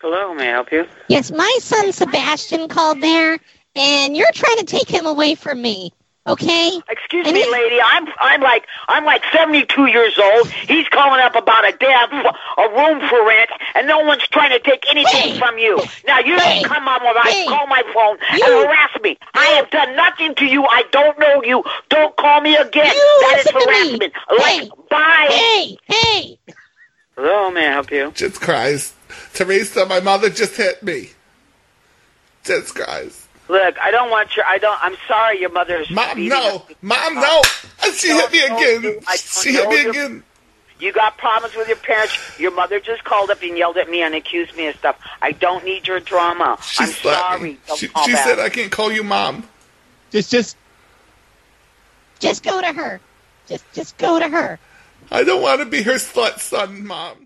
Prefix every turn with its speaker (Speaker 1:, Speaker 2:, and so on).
Speaker 1: Hello, may I help you?
Speaker 2: Yes, my son Sebastian called there, and you're trying to take him away from me. Okay?
Speaker 3: Excuse me, lady. I'm I'm like I'm like 72 years old. He's calling up about a damn f- a room for rent, and no one's trying to take anything from you. Now you don't come on when I call my phone and harass me. I have done nothing to you. I don't know you. Don't call me again. that is harassment. Like bye.
Speaker 2: Hey, hey.
Speaker 1: Hello, may I help you?
Speaker 4: Just Christ. Teresa, my mother just hit me. Just Christ.
Speaker 1: Look, I don't want your. I don't. I'm sorry, your mother's. Mom,
Speaker 4: no. Mom, no. She hit me again. She hit me again.
Speaker 1: You got problems with your parents. Your mother just called up and yelled at me and accused me of stuff. I don't need your drama. I'm
Speaker 4: slapped
Speaker 1: sorry.
Speaker 4: me.
Speaker 1: Don't
Speaker 4: She,
Speaker 1: call
Speaker 4: she
Speaker 1: back.
Speaker 4: said I can't call you mom.
Speaker 5: It's just.
Speaker 2: Just go to her. Just just go to her.
Speaker 4: I don't want to be her slut son, mom.